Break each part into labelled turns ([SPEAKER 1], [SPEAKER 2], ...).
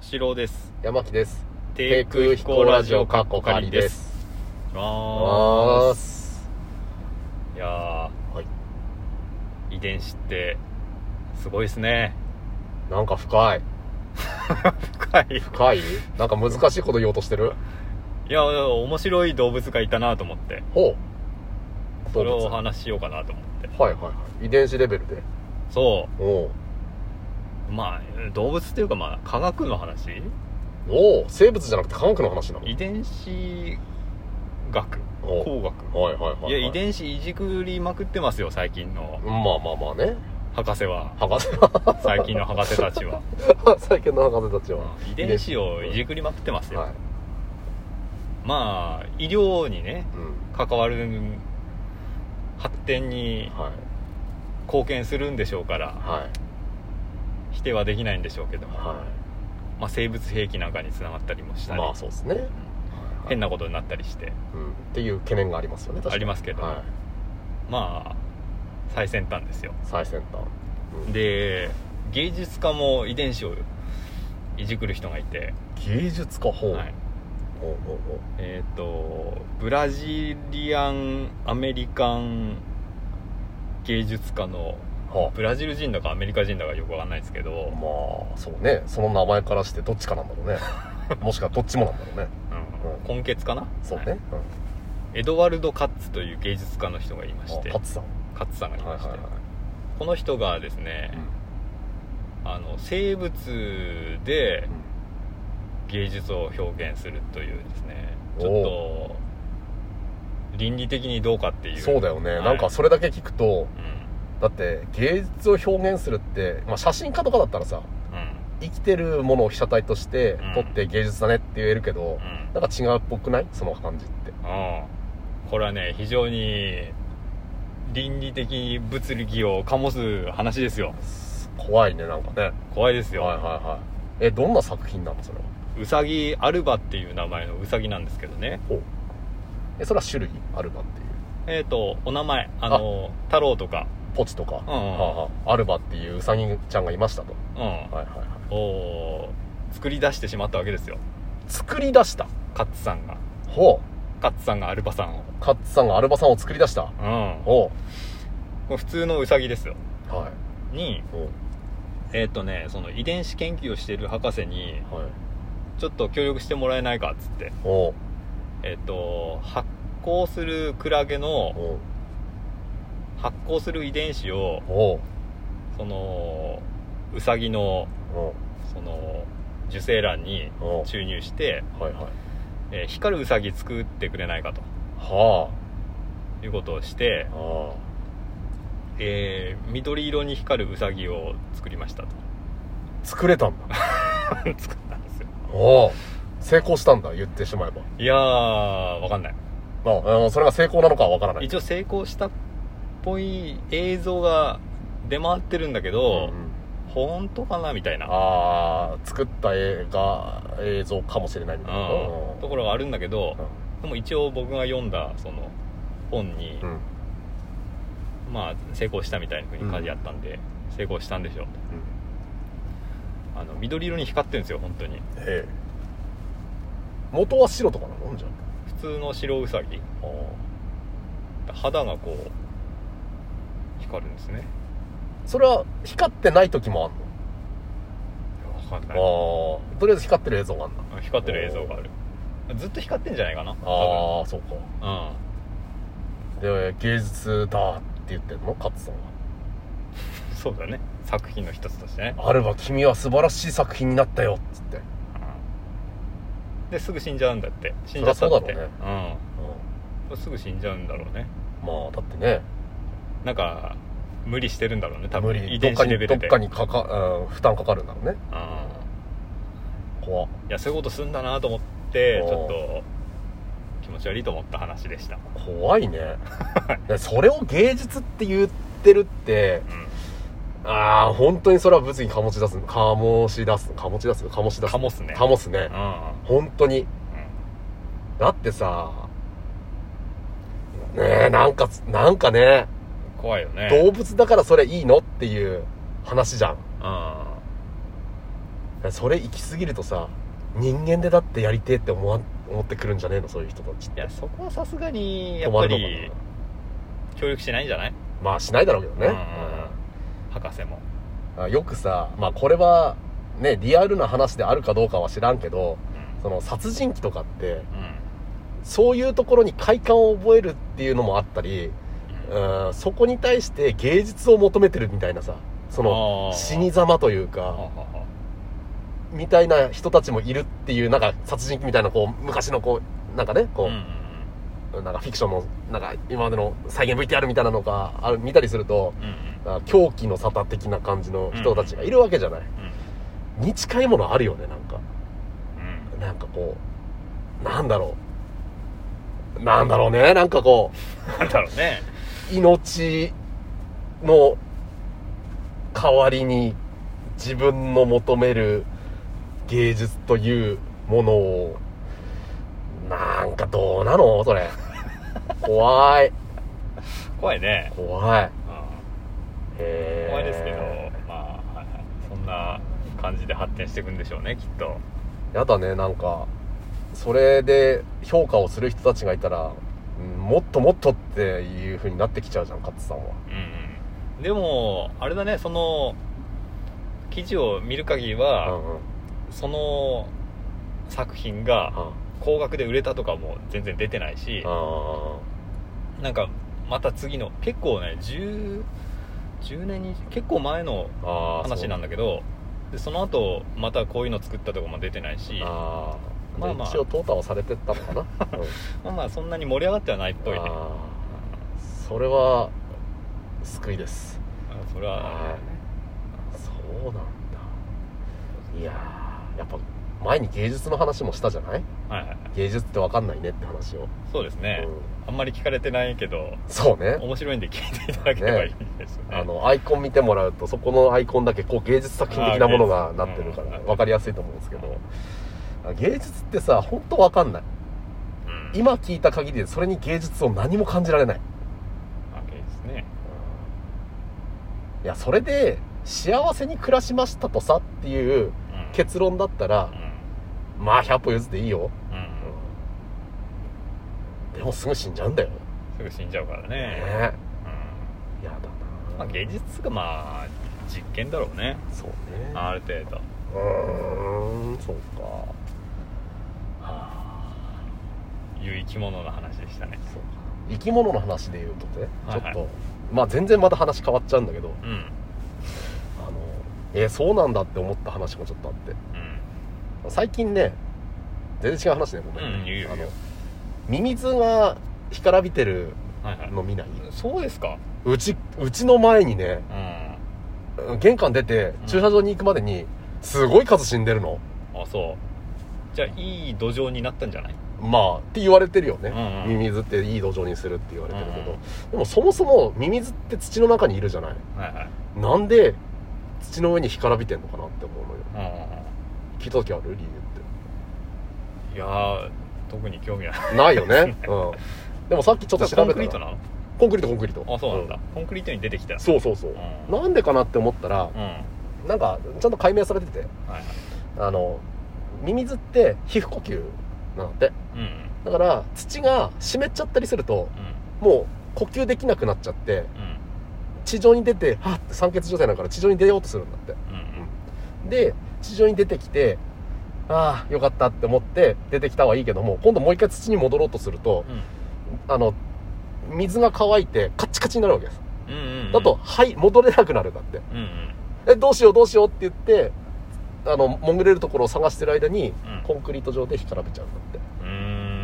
[SPEAKER 1] 四郎です。
[SPEAKER 2] 山木です。
[SPEAKER 1] 低空飛行ラジオカッコカリです。
[SPEAKER 2] わー
[SPEAKER 1] す。いや
[SPEAKER 2] はい。
[SPEAKER 1] ー、遺伝子って、すごいですね。
[SPEAKER 2] なんか深い。
[SPEAKER 1] 深い。
[SPEAKER 2] 深いなんか難しいこと言おうとしてる
[SPEAKER 1] いや、面白い動物がいたなと思って、
[SPEAKER 2] ほう。
[SPEAKER 1] それをお
[SPEAKER 2] はい
[SPEAKER 1] 話ししようかなと思って。
[SPEAKER 2] はいはい。遺伝子レベルで。
[SPEAKER 1] そ
[SPEAKER 2] おう
[SPEAKER 1] う。まあ、動物っていうか、まあ、科学の話
[SPEAKER 2] おう生物じゃなくて科学の話なの
[SPEAKER 1] 遺伝子学
[SPEAKER 2] おう
[SPEAKER 1] 工学
[SPEAKER 2] はいはいはいはいい。
[SPEAKER 1] や、遺伝子いじくりまくってますよ、最近の
[SPEAKER 2] まあまあまあね。
[SPEAKER 1] 博士は。
[SPEAKER 2] 博士、
[SPEAKER 1] 最近の博士たちは。
[SPEAKER 2] 最近の博士たちは。
[SPEAKER 1] 遺伝子をいじくりまくってますよ、
[SPEAKER 2] はい。
[SPEAKER 1] まあ医療にね
[SPEAKER 2] うん。
[SPEAKER 1] 関わる発展に
[SPEAKER 2] はい。
[SPEAKER 1] 貢献するんでしょうから
[SPEAKER 2] はい。
[SPEAKER 1] 否定はできないんでしょうけども、
[SPEAKER 2] は
[SPEAKER 1] まあ、生物兵器なんかにつながったりもし
[SPEAKER 2] い。
[SPEAKER 1] たり、
[SPEAKER 2] まあそうですね。
[SPEAKER 1] 変
[SPEAKER 2] な。
[SPEAKER 1] なことになったりして
[SPEAKER 2] うん。っていう懸念がありますよね、確か
[SPEAKER 1] あ
[SPEAKER 2] に
[SPEAKER 1] りますけど、
[SPEAKER 2] は
[SPEAKER 1] まあ最先端ですよ
[SPEAKER 2] い。最先端。うん
[SPEAKER 1] で芸術家も遺伝子をいじくる人がいて、
[SPEAKER 2] 芸術家法。
[SPEAKER 1] はい、
[SPEAKER 2] おうおうおう
[SPEAKER 1] えっ、とブラジリアンアメリカン芸術家の
[SPEAKER 2] は
[SPEAKER 1] ブラジル人だかアメリカ人だかよくわかんないですけど、
[SPEAKER 2] あ、まあそうねその名前からしてどっちかなんだろうねもしくはどっちもなんだろうね
[SPEAKER 1] うん根血かな
[SPEAKER 2] そうね、
[SPEAKER 1] はいエドワルド・カッツという芸術家の人がいまし
[SPEAKER 2] うん
[SPEAKER 1] て
[SPEAKER 2] あ勝さん
[SPEAKER 1] カッツさんがい
[SPEAKER 2] はい
[SPEAKER 1] ま
[SPEAKER 2] は
[SPEAKER 1] して、
[SPEAKER 2] いは
[SPEAKER 1] この人がですね
[SPEAKER 2] い、、
[SPEAKER 1] あの生物で
[SPEAKER 2] うん
[SPEAKER 1] 芸術を表現するというですね
[SPEAKER 2] お
[SPEAKER 1] ちょっと倫理的にどうかっていう
[SPEAKER 2] そうだよね、
[SPEAKER 1] はい
[SPEAKER 2] なんかそれだけ聞くと
[SPEAKER 1] うん
[SPEAKER 2] だって芸術を表現するって、まあ、写真家とかだったらさ
[SPEAKER 1] うん
[SPEAKER 2] 生きてるものを被写体として
[SPEAKER 1] うん
[SPEAKER 2] 撮って芸術だねって言えるけど、
[SPEAKER 1] うん
[SPEAKER 2] なんか違うっぽくないその感じって
[SPEAKER 1] うん、これはね非常に倫理的物理を醸す話ですよ
[SPEAKER 2] 怖いねなんかね
[SPEAKER 1] 怖いです
[SPEAKER 2] はい
[SPEAKER 1] よ、
[SPEAKER 2] はいはいえどんな作品なのそれは
[SPEAKER 1] ウサギアルバっていう名前のウサギなんですけどね
[SPEAKER 2] えそれは種類アルバっていう
[SPEAKER 1] えっ、とお名前あの太郎とか
[SPEAKER 2] ポチとか、
[SPEAKER 1] ん
[SPEAKER 2] はあはあアルバっていうウサギちゃんがいましたと
[SPEAKER 1] うん、
[SPEAKER 2] はいはいはい
[SPEAKER 1] を作り出してしまったわけですよ
[SPEAKER 2] 作り出した
[SPEAKER 1] カッツさんが
[SPEAKER 2] ほ
[SPEAKER 1] カッツさんがアルバさんを
[SPEAKER 2] うカッツさんがアルバさんを作り出した
[SPEAKER 1] うん
[SPEAKER 2] ほ
[SPEAKER 1] これ普通のウサギですよ
[SPEAKER 2] うはい
[SPEAKER 1] に
[SPEAKER 2] ほ
[SPEAKER 1] えっ、とねその遺伝子研究をしている博士に
[SPEAKER 2] うはい
[SPEAKER 1] ちょっと協力してもらえないかっつって
[SPEAKER 2] ほ
[SPEAKER 1] えっ、と発光するクラゲ
[SPEAKER 2] う
[SPEAKER 1] の
[SPEAKER 2] ほ
[SPEAKER 1] 発光する遺伝子を
[SPEAKER 2] うほ
[SPEAKER 1] そのウサギの
[SPEAKER 2] うほ
[SPEAKER 1] その受精卵に
[SPEAKER 2] うほ
[SPEAKER 1] 注入して、
[SPEAKER 2] うはいはい
[SPEAKER 1] えー光るウサギ作ってくれないかと
[SPEAKER 2] は
[SPEAKER 1] いうことをして
[SPEAKER 2] あ、は
[SPEAKER 1] えー緑色に光るウサギを作りましたと
[SPEAKER 2] あ作れたんだ
[SPEAKER 1] 作ったんですよ
[SPEAKER 2] おう成功したんだ言ってしまえば
[SPEAKER 1] いやーわかんない
[SPEAKER 2] ああのそれが成功なのかはわからない
[SPEAKER 1] 一応成功したっぽい映像が出回ってるんだけ
[SPEAKER 2] うん
[SPEAKER 1] ど、
[SPEAKER 2] うん
[SPEAKER 1] 本当かなみたいな、
[SPEAKER 2] ああ作った映画映像かもしれないみ
[SPEAKER 1] う、
[SPEAKER 2] たいなん
[SPEAKER 1] ところがあるんだけど、でも一応僕が読んだその本に、
[SPEAKER 2] うんうん
[SPEAKER 1] まあ成功したみたいな風に書いてあったんで、成功したんでしょうとあの緑色に光ってるんですよ本当に
[SPEAKER 2] ええ元は白とかなのじゃ
[SPEAKER 1] 普通の白ウサギ
[SPEAKER 2] ああ
[SPEAKER 1] 肌がこう光るんですね
[SPEAKER 2] それは光ってない時もあんの
[SPEAKER 1] わかんない
[SPEAKER 2] ああとりあえず光ってる映像があんだ
[SPEAKER 1] 光ってる映像があるずっと光ってんじゃないかな多
[SPEAKER 2] ああそうか
[SPEAKER 1] 分うん
[SPEAKER 2] で芸術だって言ってんの勝さんは
[SPEAKER 1] そうだね作品の一つとしてね
[SPEAKER 2] 「あれば君は素晴らしい作品になったよ」っつって、
[SPEAKER 1] うんですぐ死んじゃうんだって死んじゃったんだって
[SPEAKER 2] そりゃそう
[SPEAKER 1] うんすぐ死んじゃうんだろうね
[SPEAKER 2] うん、まあだってね
[SPEAKER 1] なんか無理してるんだろうね多
[SPEAKER 2] 無
[SPEAKER 1] 分
[SPEAKER 2] 理
[SPEAKER 1] 遺
[SPEAKER 2] どっ
[SPEAKER 1] 伝
[SPEAKER 2] か
[SPEAKER 1] 子レベ
[SPEAKER 2] にど
[SPEAKER 1] ル
[SPEAKER 2] っ
[SPEAKER 1] で
[SPEAKER 2] かにかか、うん、負担かかるんだろうね
[SPEAKER 1] うん
[SPEAKER 2] 怖っ
[SPEAKER 1] いやそういうことすんだなと思って
[SPEAKER 2] おー
[SPEAKER 1] ちょっと気持ち悪いと思った話でした
[SPEAKER 2] 怖いね でそれを芸術って言ってるって
[SPEAKER 1] うん
[SPEAKER 2] ああ本当にそれは物議醸し出す醸し出す醸し出す醸し出す
[SPEAKER 1] 醸すね
[SPEAKER 2] 醸すね
[SPEAKER 1] うんうん
[SPEAKER 2] 本当にだってさ、ねえ、なんか、なんかね、
[SPEAKER 1] 怖いよね
[SPEAKER 2] 動物だからそれいいのっていう話じゃん。
[SPEAKER 1] うん
[SPEAKER 2] それ行き過ぎるとさ人間でだってやりてえって思わ思ってくるんじゃねえのそういう人たちっ
[SPEAKER 1] い
[SPEAKER 2] て
[SPEAKER 1] やそこはさすがにや
[SPEAKER 2] 止
[SPEAKER 1] っ
[SPEAKER 2] ま
[SPEAKER 1] ぱ
[SPEAKER 2] るの
[SPEAKER 1] り
[SPEAKER 2] か
[SPEAKER 1] 協力してないんじゃない
[SPEAKER 2] なまあしないだろうけどね、
[SPEAKER 1] うんうんうん博士も
[SPEAKER 2] あよくさまあこれはねリアルな話であるかどうかは知らんけどその殺人鬼とかって
[SPEAKER 1] うんうん
[SPEAKER 2] そういうところに快感を覚えるっていうのもあったり、
[SPEAKER 1] うん
[SPEAKER 2] うん、そこに対して芸術を求めてるみたいなさその
[SPEAKER 1] あー
[SPEAKER 2] 死に様という
[SPEAKER 1] はは
[SPEAKER 2] か
[SPEAKER 1] は
[SPEAKER 2] みたいな人たちもいるっていうなんか殺人鬼みたいなこう昔のこうなんかね
[SPEAKER 1] う
[SPEAKER 2] こ
[SPEAKER 1] んうん
[SPEAKER 2] う、なんかフィクションのなんか今までの再現 VTR みたいなのがある見たりすると
[SPEAKER 1] うんうん
[SPEAKER 2] あ狂気の沙汰的な感じの人たちがいるわけじゃない、に近いものあるよねなんか
[SPEAKER 1] うん
[SPEAKER 2] なんかこうなんだろうなんだろうねなんかこう
[SPEAKER 1] うんなんだろうね
[SPEAKER 2] 命の代わりに自分の求める芸術というものをなんかどうなの それ怖い
[SPEAKER 1] 怖いね
[SPEAKER 2] 怖い
[SPEAKER 1] うん
[SPEAKER 2] へー
[SPEAKER 1] 怖いですけどまあはいはいそんな感じで発展していくんでしょうねきっと
[SPEAKER 2] やだねなんかそれで評価をする人たちがいたらうんもっともっとっていう風になってきちゃうじゃん勝さんは
[SPEAKER 1] うんでもあれだねその記事を見る限り
[SPEAKER 2] う
[SPEAKER 1] は、
[SPEAKER 2] んうん
[SPEAKER 1] その作品が
[SPEAKER 2] あ
[SPEAKER 1] 高額で売れたとかも全然出てないし、
[SPEAKER 2] あ
[SPEAKER 1] なんかまた次の結構ね 10, 10年に結構前の
[SPEAKER 2] あ
[SPEAKER 1] 話なんだ
[SPEAKER 2] だ
[SPEAKER 1] けどでその後またこういうの作ったとかも出てないし
[SPEAKER 2] ああ
[SPEAKER 1] ま
[SPEAKER 2] ま
[SPEAKER 1] あ
[SPEAKER 2] あ
[SPEAKER 1] まあ
[SPEAKER 2] 一応淘汰はされてったのかな、 うん、
[SPEAKER 1] まあまあそんなに盛り上がってはないっぽいね
[SPEAKER 2] あーそれは救いです
[SPEAKER 1] うんそれは
[SPEAKER 2] そうなんだいやーやっぱ前に芸術の話もしたじゃない
[SPEAKER 1] はいはいはい
[SPEAKER 2] 芸術って分かんないねって話を、
[SPEAKER 1] そうですね
[SPEAKER 2] うん
[SPEAKER 1] あんまり聞かれてないけど
[SPEAKER 2] そうね
[SPEAKER 1] 面白いんで聞いていただければいいですね
[SPEAKER 2] あのアイコン見てもらうとそこのアイコンだけこう芸術作品的なものがなってるか
[SPEAKER 1] あー芸
[SPEAKER 2] ら
[SPEAKER 1] 術
[SPEAKER 2] 分かりやすいと思うんですけど芸術ってさ本当わかんない
[SPEAKER 1] うん
[SPEAKER 2] 今聞いた限りでそれに芸術を何も感じられない
[SPEAKER 1] わけですね
[SPEAKER 2] いやそれで幸せに暮らしましたとさってい
[SPEAKER 1] う
[SPEAKER 2] う
[SPEAKER 1] ん
[SPEAKER 2] 結論だったら
[SPEAKER 1] うん
[SPEAKER 2] まあ100歩譲っていいよ、
[SPEAKER 1] うん
[SPEAKER 2] でもすぐ死んじゃうんだよね
[SPEAKER 1] すぐ死んじゃうからね
[SPEAKER 2] え
[SPEAKER 1] うん
[SPEAKER 2] やだな
[SPEAKER 1] まあ芸術がまあ実験だろうね
[SPEAKER 2] そうね
[SPEAKER 1] ある程度
[SPEAKER 2] うーんそうかはあ
[SPEAKER 1] いう生き物の話でしたね
[SPEAKER 2] そうか生き物の話で言うとね、
[SPEAKER 1] はいはい
[SPEAKER 2] ちょっとまあ全然また話変わっちゃうんだけど
[SPEAKER 1] うんうん
[SPEAKER 2] あのえーそうなんだって思った話もちょっとあって最近ね全然違う話ねごめんね、
[SPEAKER 1] うんいいよいいよ
[SPEAKER 2] あのミミズが干からびてる
[SPEAKER 1] はいはい
[SPEAKER 2] の見ない
[SPEAKER 1] そうですか
[SPEAKER 2] うちうちの前にね
[SPEAKER 1] うんあ
[SPEAKER 2] 玄関出て
[SPEAKER 1] うん
[SPEAKER 2] 駐車場に行くまでにすごい数死んでるの
[SPEAKER 1] そうじゃあいい土壌になったんじゃない
[SPEAKER 2] まあって言われてるよね、
[SPEAKER 1] うんうん
[SPEAKER 2] ミミズっていい土壌にするって言われてるけど、
[SPEAKER 1] うん
[SPEAKER 2] でもそもそもミミズって土の中にいるじゃない
[SPEAKER 1] はいはい
[SPEAKER 2] なんで土の上に干からびてんのかなって思うのよ
[SPEAKER 1] うんうん
[SPEAKER 2] 聞いた時ある理由っ
[SPEAKER 1] うんいやー特に興味 ない
[SPEAKER 2] てない よね、うん、でもさっきちょっと調
[SPEAKER 1] コン
[SPEAKER 2] べ
[SPEAKER 1] ク
[SPEAKER 2] た
[SPEAKER 1] リー
[SPEAKER 2] ら
[SPEAKER 1] トなの
[SPEAKER 2] コンクリートコンクリート
[SPEAKER 1] あそうなんだ、コンクリートに出てきた
[SPEAKER 2] んそうそうそう、
[SPEAKER 1] うん
[SPEAKER 2] なんでかなって思ったら
[SPEAKER 1] うんはい
[SPEAKER 2] なんかちゃんと解明されてて
[SPEAKER 1] はい
[SPEAKER 2] あのミミズって皮膚呼吸なんだって
[SPEAKER 1] うんうん
[SPEAKER 2] だから土が湿っちゃったりするともう呼吸できなくなっちゃって地上に出てはっって酸欠状態だから地上に出ようとするんだって
[SPEAKER 1] うんうん
[SPEAKER 2] で地上に出てきてああよかったって思って出てきたはいいけども今度もう一回土に戻ろうとすると
[SPEAKER 1] うん
[SPEAKER 2] あの水が乾いてカッチカチになるわけです
[SPEAKER 1] うんうんうん
[SPEAKER 2] だとはい戻れなくなるんだって
[SPEAKER 1] うんうん
[SPEAKER 2] えどうしようどうしようって言ってあの潜れるところを探してる間に
[SPEAKER 1] うん
[SPEAKER 2] コンクリート上で干からびちゃうんだって
[SPEAKER 1] うーん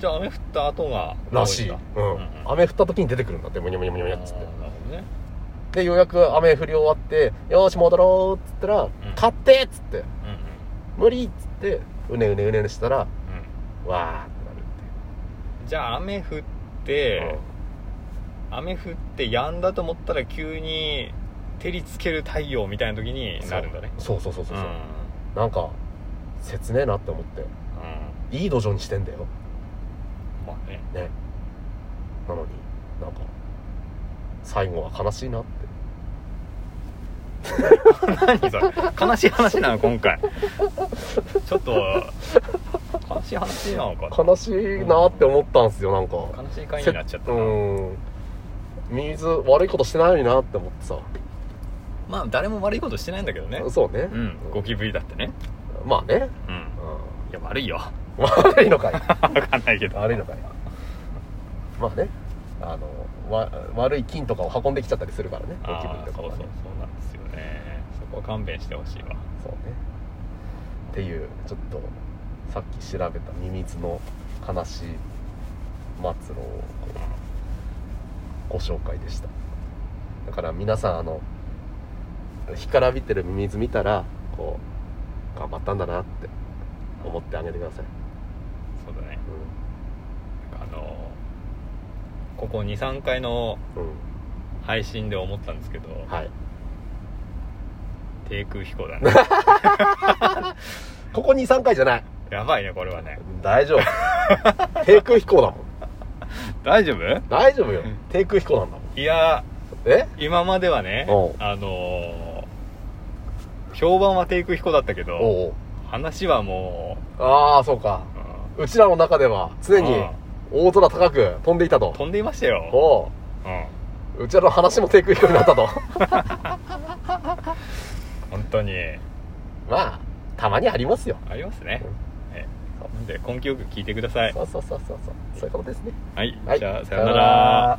[SPEAKER 1] じゃあ雨降った後が
[SPEAKER 2] らしい、う
[SPEAKER 1] 多
[SPEAKER 2] ん
[SPEAKER 1] んうん
[SPEAKER 2] 雨降った時に出てくるんだってむにゃむにゃむにゃ
[SPEAKER 1] だ
[SPEAKER 2] むにゃっつって
[SPEAKER 1] あーなるほどね
[SPEAKER 2] でようやく雨降り終わって「よーし戻ろう」っつったら「買って!」っつって
[SPEAKER 1] うんうん
[SPEAKER 2] 「無理!」っつってうねうねうねうねしたら
[SPEAKER 1] うん
[SPEAKER 2] わーってなるっていう
[SPEAKER 1] じゃあ雨降って、雨降って止んだと思ったら急に照りつける太陽みたいな時に
[SPEAKER 2] うん
[SPEAKER 1] なるんだね
[SPEAKER 2] そうそうそうそううんそうう、なんか切ねえなって思っていい土壌にしてんだよ
[SPEAKER 1] んまあね
[SPEAKER 2] ねなのになんか最後は悲しいなって
[SPEAKER 1] 何それ悲しい話なの今 回ちょっと悲しい話なのか
[SPEAKER 2] 悲しいなって思ったんですよなんか
[SPEAKER 1] 悲しい回になっちゃったな、
[SPEAKER 2] うん水悪いことしてないのになって思ってさ、
[SPEAKER 1] まあ誰も悪いことしてないんだけどね
[SPEAKER 2] そうね、
[SPEAKER 1] うんゴキブリだってね
[SPEAKER 2] まあね、
[SPEAKER 1] うん
[SPEAKER 2] う
[SPEAKER 1] いや悪い よ
[SPEAKER 2] ん、悪いのかい
[SPEAKER 1] 分かんないけど
[SPEAKER 2] 悪いのかいまあねあのわ悪い菌とかを運んできちゃったりするからねゴ
[SPEAKER 1] あ
[SPEAKER 2] キブリ
[SPEAKER 1] あ
[SPEAKER 2] とか
[SPEAKER 1] そう
[SPEAKER 2] は
[SPEAKER 1] そうそ
[SPEAKER 2] ね
[SPEAKER 1] うなんですよねそこは勘弁してほしいわ
[SPEAKER 2] そうねっていうちょっとさっき調べたミミズの悲しい末路をこうご紹介でしただから皆さんあの干からびてるミミズ見たらこう頑張ったんだなって思ってあげてください、
[SPEAKER 1] そうだねあのここ23回の
[SPEAKER 2] うんうん、
[SPEAKER 1] 配信で思ったんですけど、
[SPEAKER 2] はい
[SPEAKER 1] 低空飛行だ ね
[SPEAKER 2] ここ23回じゃない
[SPEAKER 1] やばいねこれはね
[SPEAKER 2] 大丈夫低空飛行だもん
[SPEAKER 1] 大丈夫
[SPEAKER 2] 大丈夫よ
[SPEAKER 1] うん
[SPEAKER 2] 低空飛行なんだもん
[SPEAKER 1] いや
[SPEAKER 2] え
[SPEAKER 1] 今まではね
[SPEAKER 2] おう
[SPEAKER 1] あのー評判は低空飛行だったけど
[SPEAKER 2] おうおう
[SPEAKER 1] 話はも
[SPEAKER 2] ああそうか
[SPEAKER 1] う、うん
[SPEAKER 2] うちらの中では常に
[SPEAKER 1] うん
[SPEAKER 2] 大空高く飛んでいたと
[SPEAKER 1] 飛んでいましたよ、
[SPEAKER 2] お
[SPEAKER 1] うん、
[SPEAKER 2] ううちらの話も低空飛行になったと
[SPEAKER 1] 本当に
[SPEAKER 2] まあたまにありますよ
[SPEAKER 1] ありますね、ええなんで根気よく聞いてください
[SPEAKER 2] そうそうそうそうそうそういうことですね
[SPEAKER 1] はい、
[SPEAKER 2] はい
[SPEAKER 1] じゃあさよなら